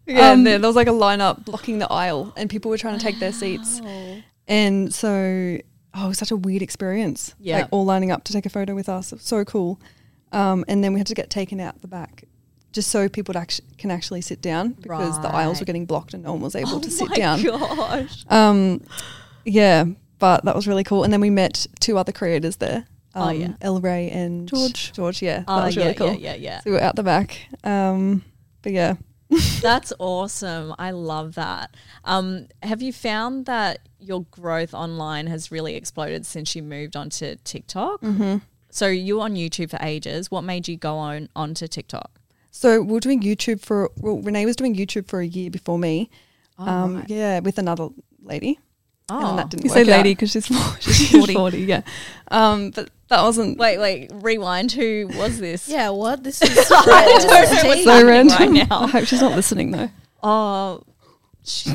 C: Yeah,
A: Um,
C: and there, there was like a lineup blocking the aisle, and people were trying to take their seats. And so, oh, it was such a weird experience.
A: Yeah.
C: like all lining up to take a photo with us. It was so cool. Um, and then we had to get taken out the back, just so people actu- can actually sit down because the aisles were
A: Right.
C: getting blocked and no one was able to sit
A: Oh my
C: down.
A: gosh.
C: Um, yeah, but that was really cool. And then we met two other creators there. Um,
A: Oh, yeah.
C: El Ray and George. George, yeah, that
A: Oh,
C: was really
A: yeah,
C: cool.
A: yeah, yeah, yeah.
C: So we were out the back. Um, but yeah,
A: That's awesome. I love that. Um, have you found that your growth online has really exploded since you moved onto TikTok? Mm-hmm. So you were on YouTube for ages. What made you go on onto TikTok?
C: So we were doing YouTube for well, Renee was doing YouTube for a year before me.
A: Oh,
C: um, Yeah, with another lady. And then that didn't
A: You
C: work
A: say lady
C: because she's, she's 40. Yeah. Um, but that wasn't
A: Wait, wait, rewind. Who was this?
B: Yeah, what? This is
A: what's
C: so
A: happening
C: random.
A: right now.
C: I hope she's not listening though.
A: Oh,
C: It's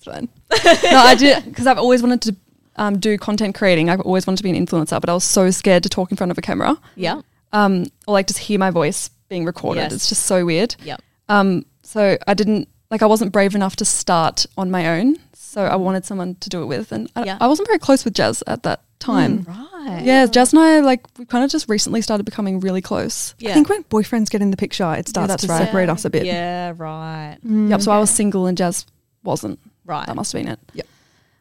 C: fine. no, I did because I've always wanted to um, do content creating. I've always wanted to be an influencer, but I was so scared to talk in front of a camera
A: yeah.
C: um, or like just hear my voice being recorded.
A: Yes.
C: It's just so weird.
A: Yep.
C: Um, so I didn't like I wasn't brave enough to start on my own. So I wanted someone to do it with, and I,
A: Yeah. Hmm,
C: I wasn't very close with Jazz at that time.
A: Right.
C: Mm. Yeah, Jazz and I like we kind of just recently started becoming really close.
A: Yeah.
C: I think when boyfriends get in the picture, it starts
A: that's
C: to
A: right.
C: separate us a bit.
A: Yeah, right.
C: Yep. So I was single and Jazz wasn't.
A: Right.
C: Mm. That must have been it. Yep.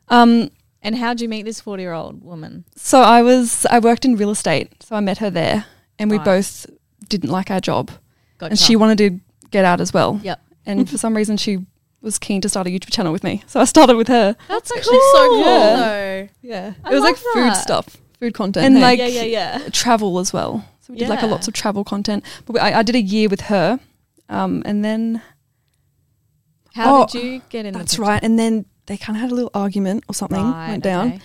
C: Um,
A: And how'd you meet this 40 year old woman?
C: so I was I worked in real estate, so I met her there, and we both didn't like our job,
A: Gotcha.
C: and she wanted to get out as well.
A: Yep.
C: And for some reason, she was keen to start a YouTube channel with me, so I started with her.
A: That's
B: actually so cool
C: Yeah.
B: though.
C: Yeah,
A: I
C: it was like
A: love
C: food
A: that.
C: stuff, food content, and
A: Yeah,
C: like
A: yeah, yeah, yeah.
C: travel as well. So we did like a
A: Yeah.
C: lots of travel content. But we, I, I did a year with her, um, and then
A: How
C: Oh,
A: did you get in the
C: that's
A: picture?
C: right, and then they kind of had a little argument or something
A: Right,
C: went down,
A: okay.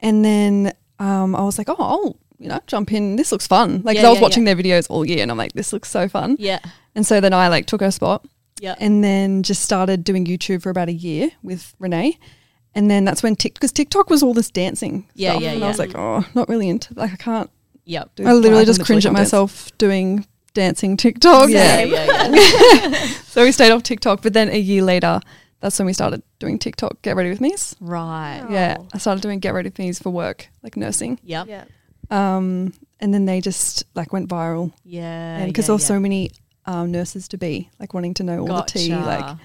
C: and then um, I was like, oh, I'll you know jump in. This looks fun. Like 'cause
A: Yeah,
C: I was
A: yeah,
C: watching their videos all year, and I'm like, this looks so fun.
A: Yeah.
C: And so then I like took her spot.
A: Yeah.
C: And then just started doing YouTube for about a year with Renee. And then that's when TikTok, because TikTok was all this dancing.
A: Yeah,
C: stuff.
A: yeah,
C: And I was
A: yeah.
C: like, oh, not really into Like, I can't
A: Yep.
C: I literally
A: Right,
C: just
A: literally
C: cringe at
A: can't dance.
C: myself doing dancing TikTok.
A: Yeah, yeah, yeah.
C: So we stayed off TikTok. But then a year later, that's when we started doing TikTok Get Ready With Me's.
A: right.
C: Yeah. I started doing Get Ready With Me's for work, like nursing.
A: Yep.
B: Yeah.
C: Um, and then they just like went viral.
A: Yeah.
C: And because
A: Oh, yeah,
C: there were
A: yeah.
C: so many um, nurses to be, like wanting to know all the tea. Like,
A: Gotcha.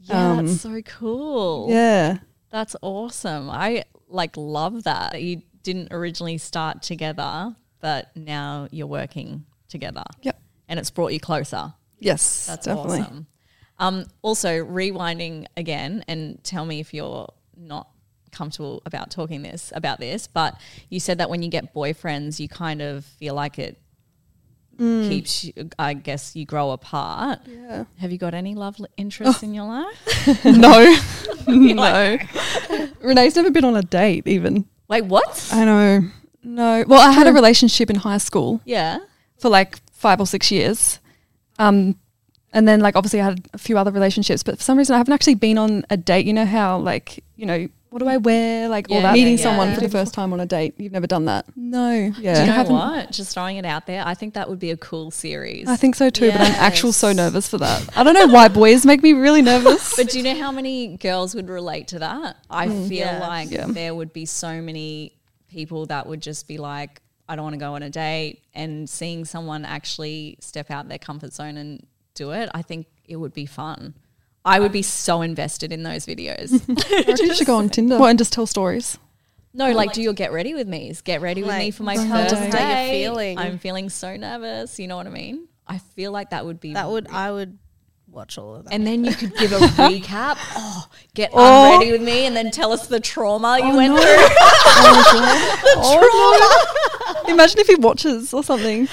A: yeah,
C: um,
A: that's so cool.
C: yeah.
A: That's awesome. I like love that. that You didn't originally start together, but now you're working together.
C: Yep.
A: And it's brought you closer.
C: Yes,
A: That's
C: definitely.
A: awesome. Um, also, rewinding again, and tell me if you're not comfortable about talking this about this, but you said that when you get boyfriends, you kind of feel like it
C: Mm.
A: keeps. You, I guess you grow apart. Yeah. Have you got any love li- interests in your life?
C: no, Oh. no. Renee's never been on a date, even.
A: Wait, what?
C: I know. No. Well, I had a relationship in high school
A: yeah.
C: for like five or six years. Um, and then, like, obviously, I had a few other relationships, but for some reason, I haven't actually been on a date. You know how, like, you know, what do I wear? Like, all
A: Yeah,
C: that.
A: yeah,
C: Meeting
A: yeah.
C: someone for the first time on a date. You've never done that. No. Yeah.
A: Do you
C: I
A: know
C: haven't-
A: what? Just throwing it out there. I think that would be a cool series.
C: I think so too, but I'm actual so nervous for that. I don't know why boys make me really nervous.
A: But do you know how many girls would relate to that? I feel
B: Mm, Yeah.
A: like there would be so many people that would just be like, I don't want to go on a date. And seeing someone actually step out their comfort zone and do it, I think it would be fun. I would be so invested in those videos.
C: I reckon you should go on Tinder and just tell stories.
A: no, like, do your get ready with me's. Get ready with me
B: Like,
A: for my
B: tell
A: first
B: us
A: date.
B: how you're feeling.
A: I'm feeling so nervous. You know what I mean? I feel like that would be
B: That would I would watch all of that.
A: And then you could give a recap. Oh, get unready with me, and then tell us the trauma you went through.
C: Imagine if he watches or something.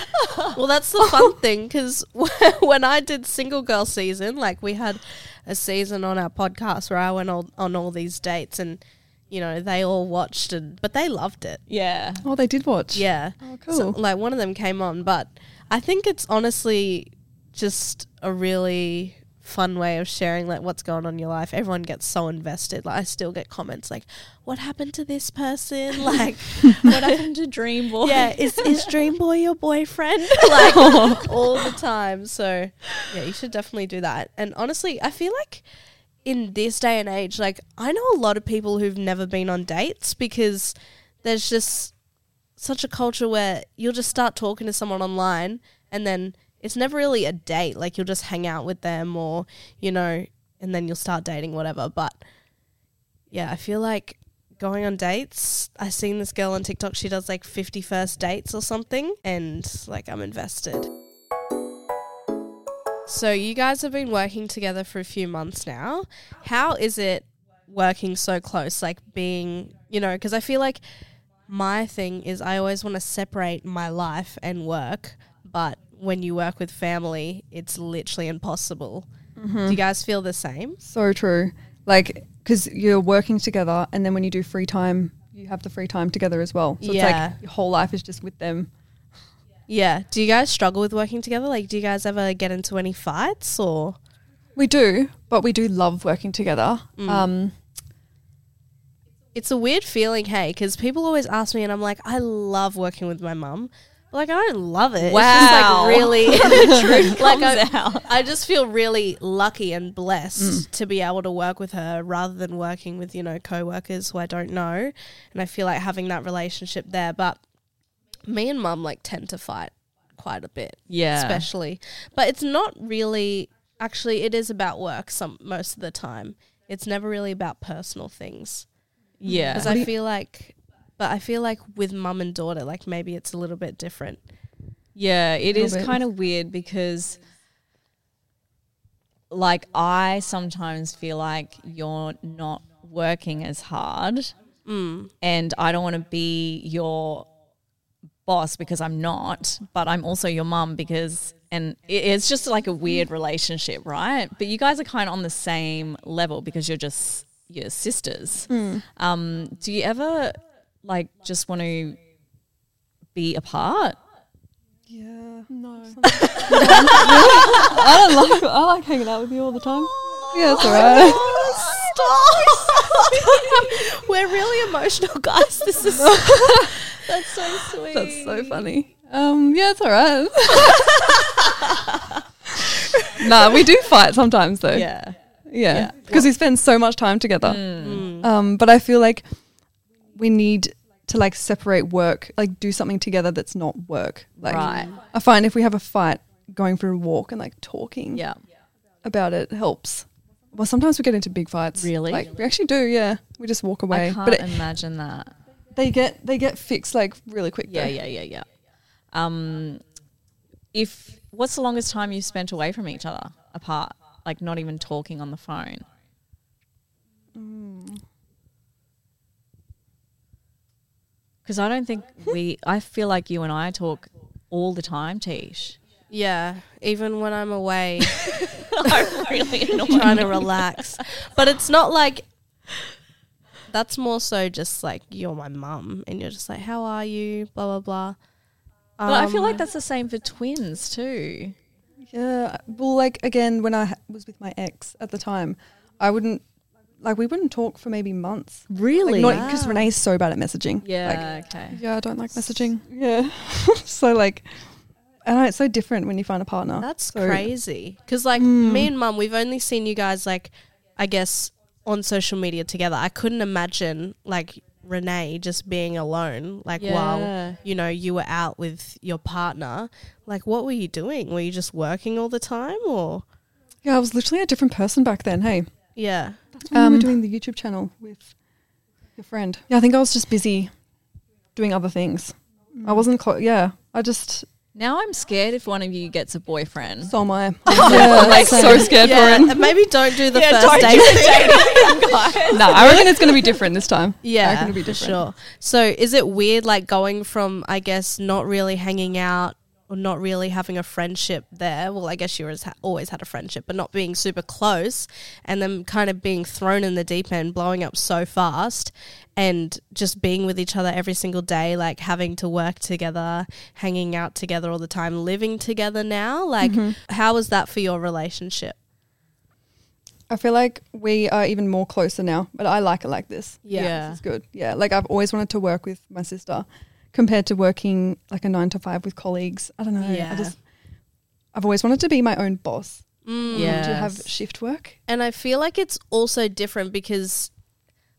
B: Well, that's the fun thing because when I did single girl season, like we had a season on our podcast where I went all, on all these dates and you know they all watched and but they loved it.
A: Yeah,
C: Oh, they did watch.
B: Yeah. Oh,
C: cool.
B: like one of them came on, but I think it's honestly just a really fun way of sharing like what's going on in your life. Everyone gets so invested. Like I still get comments like, "What happened to this person?" Like,
A: what happened to Dream Boy?
B: yeah, is is Dream Boy your boyfriend? like all the time. So yeah, you should definitely do that. And honestly, I feel like in this day and age, like I know a lot of people who've never been on dates because there's just such a culture where you'll just start talking to someone online and then it's never really a date. Like you'll just hang out with them or, you know, and then you'll start dating, whatever. But yeah, I feel like going on dates. I seen this girl on TikTok, she does like 50 first dates or something, and like I'm invested. So you guys have been working together for a few months now. How is it working so close? Like being, you know, because I feel like my thing is I always want to separate my life and work, but when you work with family, it's literally impossible. Do you guys feel the same?
C: So true. Like, because you're working together, and then when you do free time, you have the free time together as well.
B: Yeah.
C: So it's like your whole life is just with them.
B: Yeah. Do you guys struggle with working together? Like, do you guys ever get into any fights or?
C: We do, but we do love working together. Um,
B: It's a weird feeling, hey, because people always ask me, and I'm like, I love working with my mum. But, Like, I don't love it.
A: Wow.
B: It's just like really. like,
A: comes
B: I,
A: out. Mm.
B: I just feel really lucky and blessed to be able to work with her rather than working with, you know, co workers who I don't know. And I feel like having that relationship there. But me and mum, like, tend to fight quite a bit.
A: Yeah.
B: especially. But it's not really actually it is about work some most of the time. It's never really about personal things.
A: yeah.
B: Cuz I feel like but I feel like with mum and daughter like maybe it's a little bit different.
A: Yeah, it is
C: bit.
A: kind of weird because like I sometimes feel like you're not working as hard and I don't want to be your boss because I'm not, but I'm also your mum because and it, it's just like a weird relationship, right? But you guys are kind of on the same level because you're just your sisters. Um, do you ever like just want to be apart?
C: yeah. No. I don't like. I like hanging out with you all the time. Yeah, that's all right.
B: We're really emotional guys. This is
A: That's so sweet.
C: That's so funny. Um, yeah, it's all right. nah, we do fight sometimes though.
A: Yeah. Mm.
C: Yeah, because we spend so much time together. Um, but I feel like we need to like separate work, like do something together that's not work. Like
A: Right.
C: I find if we have a fight, going for a walk and like talking
A: Yeah.
C: about it helps. Well, sometimes we get into big fights.
A: Really?
C: Like we actually do. Yeah, we just walk away.
A: I can't
C: but it,
A: imagine that.
C: they get they get fixed like really quick.
A: Yeah,
C: though.
A: yeah, yeah, yeah. Um, if what's the longest time you've spent away from each other apart, like not even talking on the phone?
B: Mm.
A: Because I don't think we. I feel like you and I talk all the time, Tish.
B: Yeah, even when I'm away.
A: I'm really annoyed.
B: trying to relax. But it's not like that's more so just like you're my mum and you're just like, How are you? blah blah blah.
A: But I feel
B: Um,
A: like that's the same for twins too.
C: Yeah. Well, like again, when I ha- was with my ex at the time, I wouldn't like we wouldn't talk for maybe months.
A: Really?
C: Because Renee's so bad at messaging.
A: yeah. okay.
C: Like, yeah, I don't like messaging. Yeah. so like, I don't know it's so different when you find a partner.
B: That's
C: So-
B: crazy. Because like me and mum, we've only seen you guys like, I guess, on social media together. I couldn't imagine like Renee just being alone, like
A: Yeah.
B: while you know you were out with your partner. Like, what were you doing? Were you just working all the time, or
C: Yeah, I was literally a different person back then. Hey,
B: yeah?
C: that's when we were doing the YouTube channel with your friend. Um, Yeah, I think I was just busy doing other things. I wasn't. Clo- yeah, I just
A: Now I'm scared if one of you gets a boyfriend.
C: saw my. yeah, like so scared for him.
B: And maybe don't do the first date.
C: no, I reckon it's going to be different this time.
B: Yeah,
C: I reckon it'll be
B: for
C: different.
B: sure. So, is it weird, like going from, I guess, not really hanging out or not really having a friendship there? Well, I guess you was ha- always had a friendship, but not being super close, and then kind of being thrown in the deep end, blowing up so fast, and just being with each other every single day, like having to work together, hanging
C: Mm-hmm.
B: out together all the time, living together now. Like, how was that for your relationship?
C: I feel like we are even more closer now, but I like it like this.
B: Yeah. Yeah.
C: This is good. Yeah. Like I've always wanted to work with my sister compared to working like a nine to five with colleagues. I don't know.
B: Yeah.
C: I just, I've always wanted to be my own boss, Um,
A: Yeah.
C: to have shift work.
B: And I feel like it's also different because,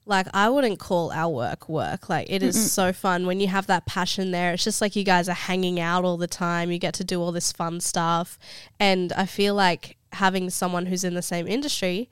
B: like, I wouldn't call our work work. Like, it is so fun when you have that passion there. It's just like you guys are hanging out all the time. You get to do all this fun stuff. And I feel like having someone who's in the same industry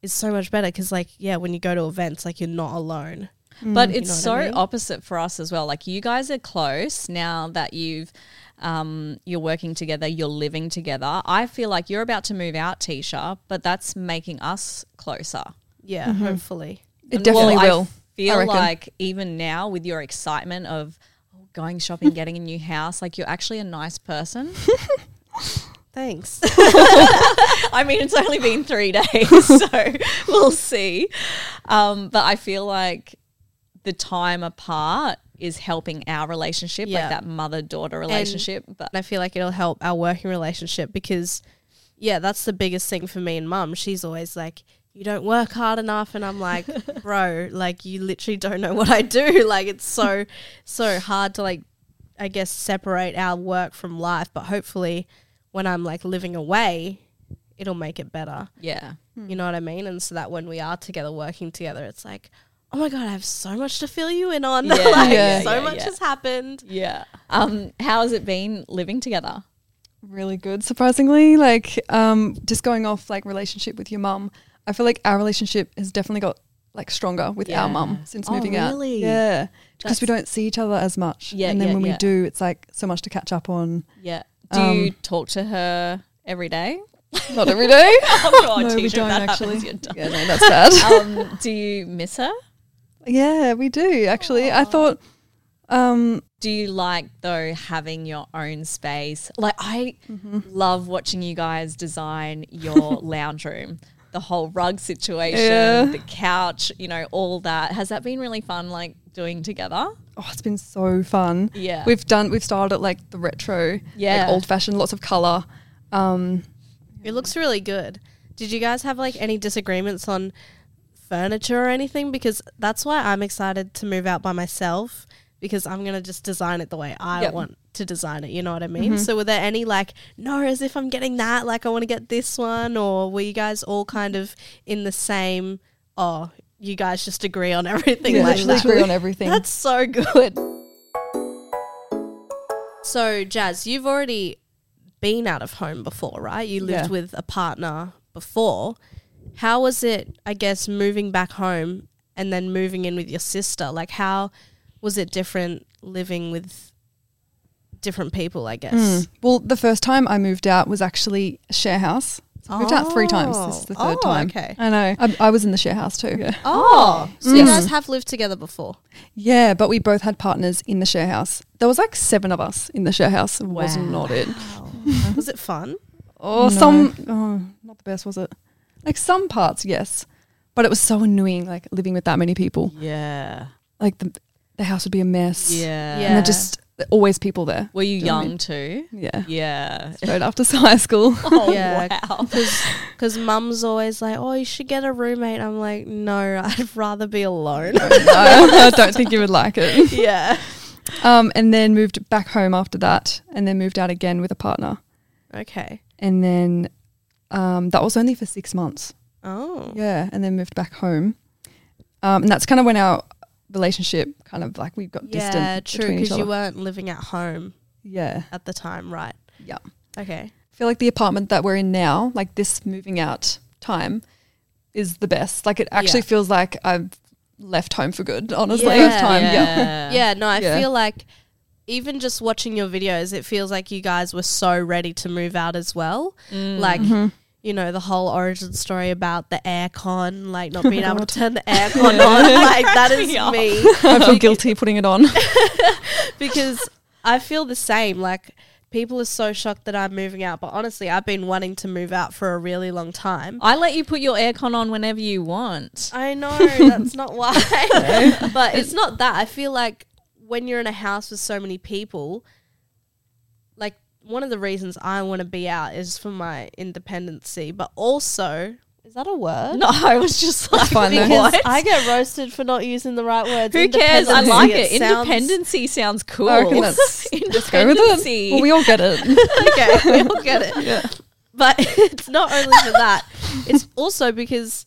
B: is so much better because, like, yeah, when you go to events, like, you're not alone.
A: But it's
B: Mm, know
A: so
B: what I mean?
A: opposite for us as well. Like you guys are close now that you've um, you're working together, you're living together. I feel like you're about to move out, Tisha, but that's making us closer.
B: Yeah, hopefully.
C: It
A: And-
C: definitely
A: well, I
C: will.
A: feel
C: reckon.
A: like even now with your excitement of oh, going shopping, getting a new house, like you're actually a nice person.
B: Thanks.
A: I mean, it's only been three days, so we'll see. Um, but I feel like the time apart is helping our relationship,
B: Yeah.
A: like that mother daughter relationship. but
B: and I feel like it'll help our working relationship because, yeah, that's the biggest thing for me and mum. She's always like, you don't work hard enough. And I'm like, bro, like, you literally don't know what I do. Like, it's so, so hard to, like, I guess, separate our work from life. But hopefully, when I'm like living away, it'll make it better.
A: yeah,
B: You know what I mean? And so that when we are together working together, it's like, oh my God, I have so much to fill you in on.
A: Yeah,
B: like,
A: yeah,
B: so
A: yeah,
B: much
A: yeah.
B: has happened.
A: yeah. Um, how has it been living together?
C: Really good, surprisingly. Like, um, just going off like relationship with your mum, I feel like our relationship has definitely got like stronger with our mum since
A: Oh,
C: moving
A: really?
C: out. Yeah, because we don't see each other as much.
A: Yeah,
C: and then
A: yeah,
C: when
A: yeah.
C: we do, it's like so much to catch up on.
A: Yeah. Do
C: um,
A: you talk to her every day?
C: Not every day.
A: Oh, God,
C: no, we
A: Tisha,
C: don't
A: that
C: actually.
A: happens, you're done.
C: Yeah, no, that's bad.
A: Um, do you miss her?
C: yeah, we do actually. I thought, um,
A: Do you like though having your own space? Like I love watching you guys design your lounge room, the whole rug situation,
C: Yeah.
A: the couch, you know, all that. Has that been really fun like doing together?
C: oh, it's been so fun.
A: Yeah.
C: we've done. We've started at, like the retro,
A: Yeah.
C: like old fashioned, lots of color. Um,
B: It looks really good. Did you guys have like any disagreements on furniture or anything? Because that's why I'm excited to move out by myself because I'm gonna just design it the way I
C: Yep. Mm-hmm.
B: want to design it. You know what I mean? So were there any like no, as if I'm getting that, like I want to get this one, or were you guys all kind of in the same? Oh, you guys just agree on everything
C: yeah,
B: like
C: literally
B: that.
C: agree on everything.
B: That's so good. So, Jazz, you've already been out of home before, right? You lived
C: Yeah.
B: with a partner before. How was it, I guess, moving back home and then moving in with your sister? Like, how was it different living with different people, I guess?
C: Well, the first time I moved out was actually a share house. So I moved out three times. This is the
B: Oh,
C: third time.
B: okay.
C: I know. I, I was in the share house too. Yeah.
B: Oh, so
C: Hmm.
B: you guys have lived together before.
C: yeah, but we both had partners in the share house. There was like seven of us in the share house. It was not it.
B: was it fun?
C: Or some, oh, not the best, was it? Like some parts, yes. But it was so annoying, like living with that many people.
A: Yeah.
C: Like the, the house would be a mess.
A: Yeah.
C: And there just always people there.
A: Were you
C: Do know what I
A: young
C: mean?
A: too?
C: Yeah.
A: Yeah.
C: Straight after high school.
A: Oh
B: Yeah.
A: wow.
B: Because mum's always like, oh, you should get a roommate. I'm like, no, I'd rather be alone.
C: no, I don't think you would like it.
B: yeah.
C: Um, and then moved back home after that, and then moved out again with a partner,
B: Okay.
C: and then um, that was only for six months.
B: Oh.
C: Yeah, and then moved back home, um, and that's kind of when our relationship kind of like we got
B: Yeah,
C: distant
B: true.
C: between each
B: Because
C: other.
B: you weren't living at home
C: yeah,
B: at the time, right?
C: yeah.
B: Okay.
C: I feel like the apartment that we're in now, like this moving out time, is the best. Like it actually
A: Yeah.
C: feels like I've left home for good. Honestly,
B: Yeah.
C: this time, yeah.
B: yeah, no, I
C: Yeah.
B: feel like even just watching your videos, it feels like you guys were so ready to move out as well. Like, you know, the whole origin story about the aircon, like not being able to turn the aircon on. Like, that is me.
C: I feel guilty putting it on.
B: because I feel the same. Like people are so shocked that I'm moving out, but honestly, I've been wanting to move out for a really long time.
A: I let you put your aircon on whenever you want.
B: I know that's not why,
A: Eh?
B: but it's not that. I feel like when you're in a house with so many people, like one of the reasons I want to be out is for my independency, but also Is that a word?
A: No, I was just like,
C: fine though.
B: Because
A: what?
B: I get roasted for not using the right words.
A: Who cares? I like it.
B: Independency, sounds-
A: Independency sounds cool.
C: I reckon that's just go with it.
A: Independency.
C: Well, we all get it.
B: okay, we all get it. But it's not only for that, it's also because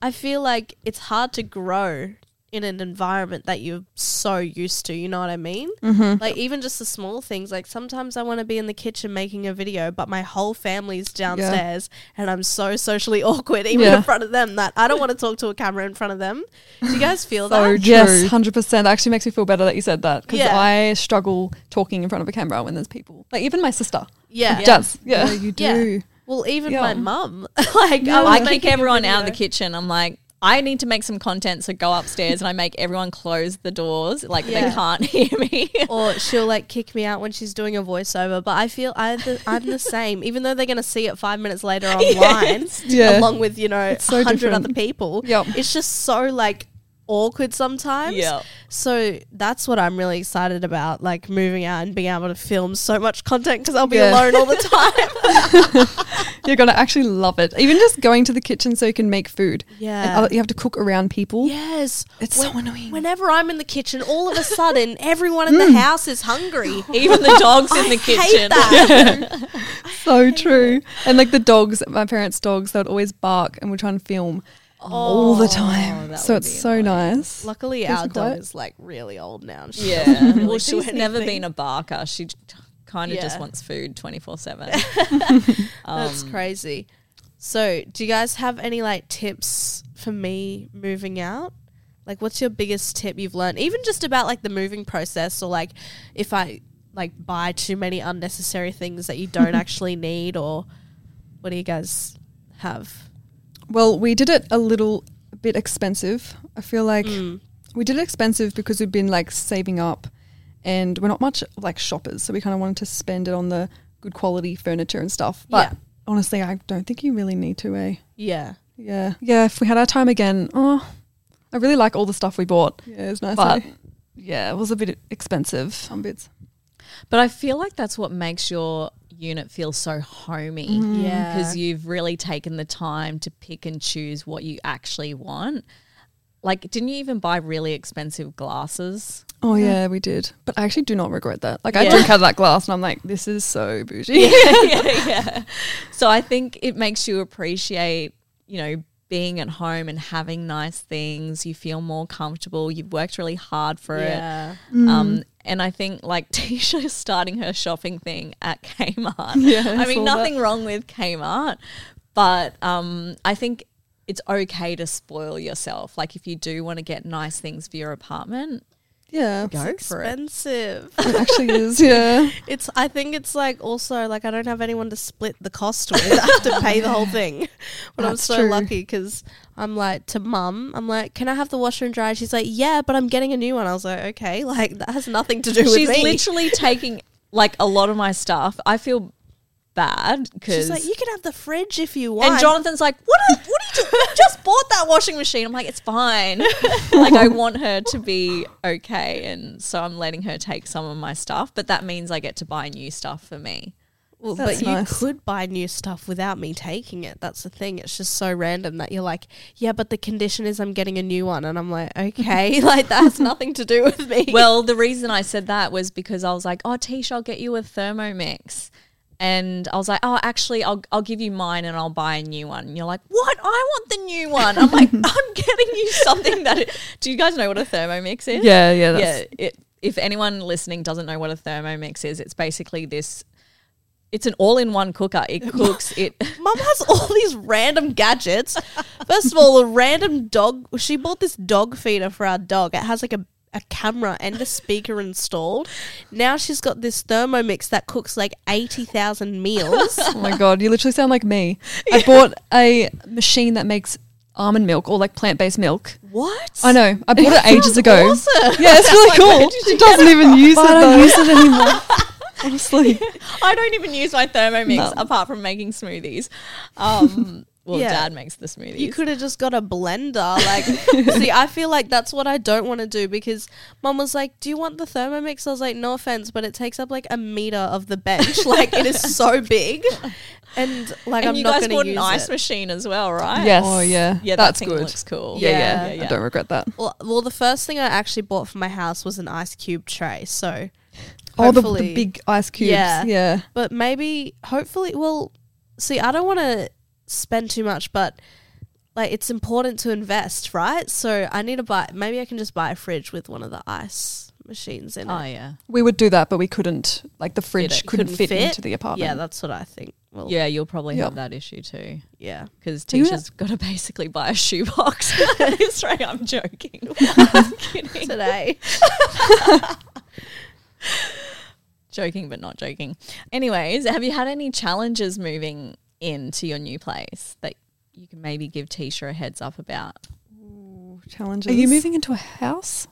B: I feel like it's hard to grow in an environment that you're so used to. You know what I mean?
A: Mm-hmm.
B: Like, even just the small things, like sometimes I want to be in the kitchen making a video, but my whole family's downstairs and I'm so socially awkward, even
C: Yeah.
B: in front of them, that I don't want to talk to a camera in front of them. Do you guys feel
C: So
B: that?
C: yes, hundred percent. Actually, makes me feel better that you said that because
B: Yeah.
C: I struggle talking in front of a camera when there's people. Like even my sister.
B: Yeah.
C: It does. Yeah, you
B: Yeah. Well, even my
C: Yeah.
B: mum, like I, was
A: I kick
B: making a
A: everyone out of the
B: video.
A: kitchen. I'm like, I need to make some content, so go upstairs and I make everyone close the doors, like
B: Yeah.
A: they can't hear me.
B: or she'll like kick me out when she's doing a voiceover. But I feel I the, I'm the same, even though they're gonna see it five minutes later online,
C: Yeah.
B: along with you know
C: so
B: a hundred
C: different.
B: other people.
C: Yep.
B: It's just so like awkward sometimes.
A: Yep.
B: So that's what I'm really excited about, like moving out and being able to film so much content because I'll be
C: Yeah.
B: alone all the time.
C: You're gonna actually love it. Even just going to the kitchen so you can make food.
B: Yeah.
C: and other, you have to cook around people.
B: yes.
C: It's so annoying. Mm.
B: Whenever I'm in the kitchen, all of a sudden everyone in the house is hungry.
A: Even the dogs in the kitchen.
B: Hate that.
C: so true. And like the dogs, my parents' dogs, they would always bark, and we'd try and film
B: Oh.
C: all the time. So it's so nice.
B: Luckily, our
C: and
B: dog
C: quiet.
B: is like really old now. And she
A: Yeah.
B: doesn't
A: well,
B: really do
A: she's never
B: anything.
A: been a barker. She kind of
B: Yeah.
A: just wants food 24 7.
B: That's crazy. So, do you guys have any like tips for me moving out? Like, what's your biggest tip you've learned, even just about like the moving process, or like if I like buy too many unnecessary things that you don't actually need, or what do you guys have?
C: Well, we did it a little bit expensive. I feel like we did it expensive because we've been like saving up and we're not much like shoppers. So we kind of wanted to spend it on the good quality furniture and stuff. But
B: Yeah.
C: honestly, I don't think you really need to, eh?
B: Yeah,
C: Yeah. Yeah. If we had our time again, oh, I really like all the stuff we bought. Yeah, it's nice. But yeah, it was a bit expensive. Some bits.
A: But I feel like that's what makes your unit feel so homey.
B: Mm-hmm. Yeah.
A: Because you've really taken the time to pick and choose what you actually want. Like, didn't you even buy really expensive glasses?
C: Oh yeah, we did. But I actually do not regret that. Like I drink out of that glass and I'm like, this is so bougie.
A: So I think it makes you appreciate, you know, being at home and having nice things. You feel more comfortable. You've worked really hard for
B: yeah,
A: it. Um, and I think like Tisha's starting her shopping thing at Kmart. Yeah, I mean, nothing wrong with Kmart, but um, I think it's okay to spoil yourself. Like if you do want to get nice things for your apartment,
C: yeah.
A: go for it.
B: expensive.
C: It actually is, yeah.
B: It's. I think it's like also like I don't have anyone to split the cost with. I have to pay the whole thing. But I'm
C: That's
B: so
C: true.
B: lucky because I'm like to mum. I'm like, can I have the washer and dryer? She's like, yeah, but I'm getting a new one. I was like, okay, like that has nothing to do
A: She's
B: with me.
A: literally taking like a lot of my stuff. I feel bad because
B: She's like, you can have the fridge if you want.
A: And Jonathan's like, "What? Are, what are you doing? You just bought that washing machine." I'm like, "It's fine." like I want her to be okay, and so I'm letting her take some of my stuff, but that means I get to buy new stuff for me.
B: Well,
C: That's
B: but
C: nice.
B: you could buy new stuff without me taking it. That's the thing. It's just so random that you're like, yeah, but the condition is I'm getting a new one, and I'm like, okay, like that has nothing to do with me.
A: Well, the reason I said that was because I was like, "Oh, Tish, I'll get you a Thermomix." And I was like, "Oh, actually, I'll I'll give you mine, and I'll buy a new one." And you're like, "What? I want the new one." I'm like, "I'm getting you something that." do you guys know what a Thermomix is?
C: Yeah, yeah, that's-
A: yeah. It, if anyone listening doesn't know what a Thermomix is, it's basically this. It's an all-in-one cooker. It cooks it.
B: Mum has all these random gadgets. First of all, a random dog. She bought this dog feeder for our dog. It has like a, a camera and a speaker installed. Now she's got this Thermomix that cooks like 80,000 meals.
C: Oh my god, you literally sound like me. I bought a machine that makes almond milk or like plant based milk.
B: what?
C: I know. I bought it ages ago. Yeah, it's really cool. She doesn't even use it. I don't use it anymore. Honestly.
A: I don't even use my Thermomix
C: No.
A: apart from making smoothies. Um, Well,
B: Yeah.
A: dad makes the smoothies.
B: You could have just got a blender. Like, see, I feel like that's what I don't want to do because mum was like, Do you want the Thermomix? I was like, No offense, but it takes up like a meter of the bench. like, it is so big. And like,
A: and
B: I'm
A: you
B: not
A: guys
B: going to
A: bought
B: use
A: an ice
B: it.
A: machine as well, right?
C: Yes. Oh, yeah.
A: Yeah,
C: That's
A: that thing
C: good.
A: looks cool.
B: Yeah,
C: yeah,
B: yeah,
C: I don't regret that.
B: Well, well, the first thing I actually bought for my house was an ice cube tray. So,
C: Oh, the,
B: hopefully-
C: the big ice cubes.
B: Yeah.
C: Yeah.
B: but maybe hopefully well see i don't want to spend too much but like it's important to invest right so i need to buy maybe i can just buy a fridge with one of the ice machines in
A: Oh
B: it
A: yeah.
C: We would do that, but we couldn't. Like the fridge
A: it.
C: couldn't, fit, into the apartment.
B: yeah that's what i think well yeah
A: Yeah, you'll probably
C: Yep.
A: have that issue too.
B: yeah
A: Because
C: Do you-
A: teachers got to basically buy a shoebox. That's right. I'm joking. I'm kidding.
B: today
A: joking, but not joking. Anyways, have you had any challenges moving into your new place that you can maybe give Tisha a heads up about?
C: Challenges. Are you moving into a house?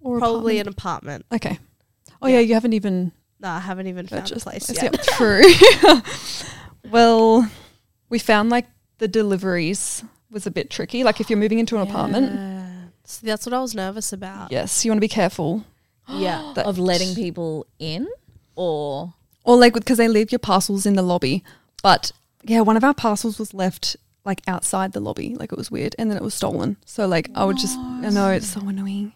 C: Or
B: probably
C: apartment?
B: an apartment
C: Okay. Oh yeah, you haven't even
B: no i haven't even found a
C: purchased
B: place
C: those.
B: yet
C: Yep, true. well, we found like the deliveries was a bit tricky. Like if you're moving into an apartment,
B: so that's what i was nervous about
C: yes, you want to be careful.
B: yeah
C: that-
A: Of letting people in or
C: or like because they leave your parcels in the lobby. But yeah, one of our parcels was left like outside the lobby, like it was weird, and then it was stolen. So like I would just, I know it's so annoying.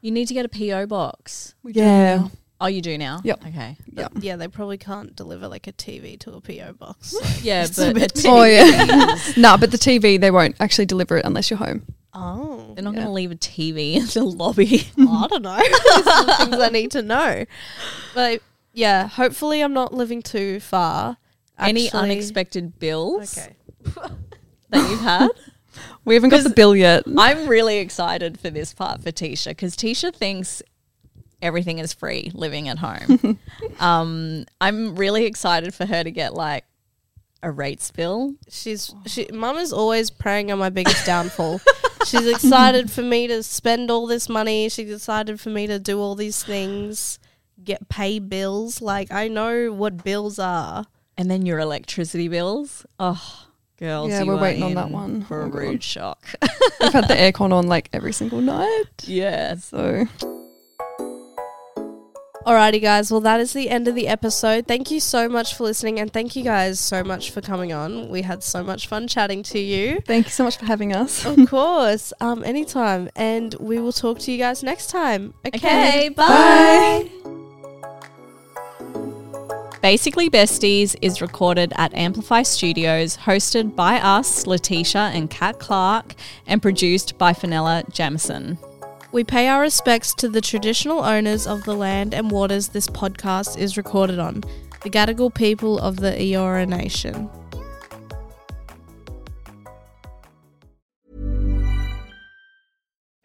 A: you need to get a PO box.
C: Yeah,
A: Oh, you do now?
C: Yep.
A: Okay.
C: yeah.
B: yeah they probably can't deliver like a tv to a po box
A: Yeah, but it's-
C: Oh yeah. no, but the TV they won't actually deliver it unless you're home.
B: oh
A: they're not going to leave a TV in the lobby.
B: I don't know. These are the things I need to know. But yeah, hopefully I'm not living too far.
A: Any
B: Actually-
A: unexpected bills
B: Okay.
A: that you've had?
C: We haven't got the bill yet.
A: I'm really excited for this part for Tisha because Tisha thinks everything is free living at home. um, I'm really excited for her to get like a rates bill.
B: She's she mum is always preying on my biggest downfall. She's excited for me to spend all this money. She's excited for me to do all these things, get pay bills. Like I know what bills are.
A: And then your electricity bills. Oh, girls.
C: Yeah,
A: you
C: we're
A: are
C: waiting on that
A: in
C: one.
A: For
C: Oh
A: a
C: my God.
A: rude shock.
C: We've had the aircon on like every single night.
A: yes.
C: So
B: Alrighty, guys. Well, that is the end of the episode. Thank you so much for listening, and thank you guys so much for coming on. We had so much fun chatting to you.
C: thank you so much for having us.
B: of course. Um, anytime. And we will talk to you guys next time. Okay.
A: Okay, bye. Basically Besties is recorded at Amplify Studios, hosted by us, Letitia and Kat Clark, and produced by Fenella Jamison.
B: We pay our respects to the traditional owners of the land and waters this podcast is recorded on, the Gadigal people of the Eora Nation.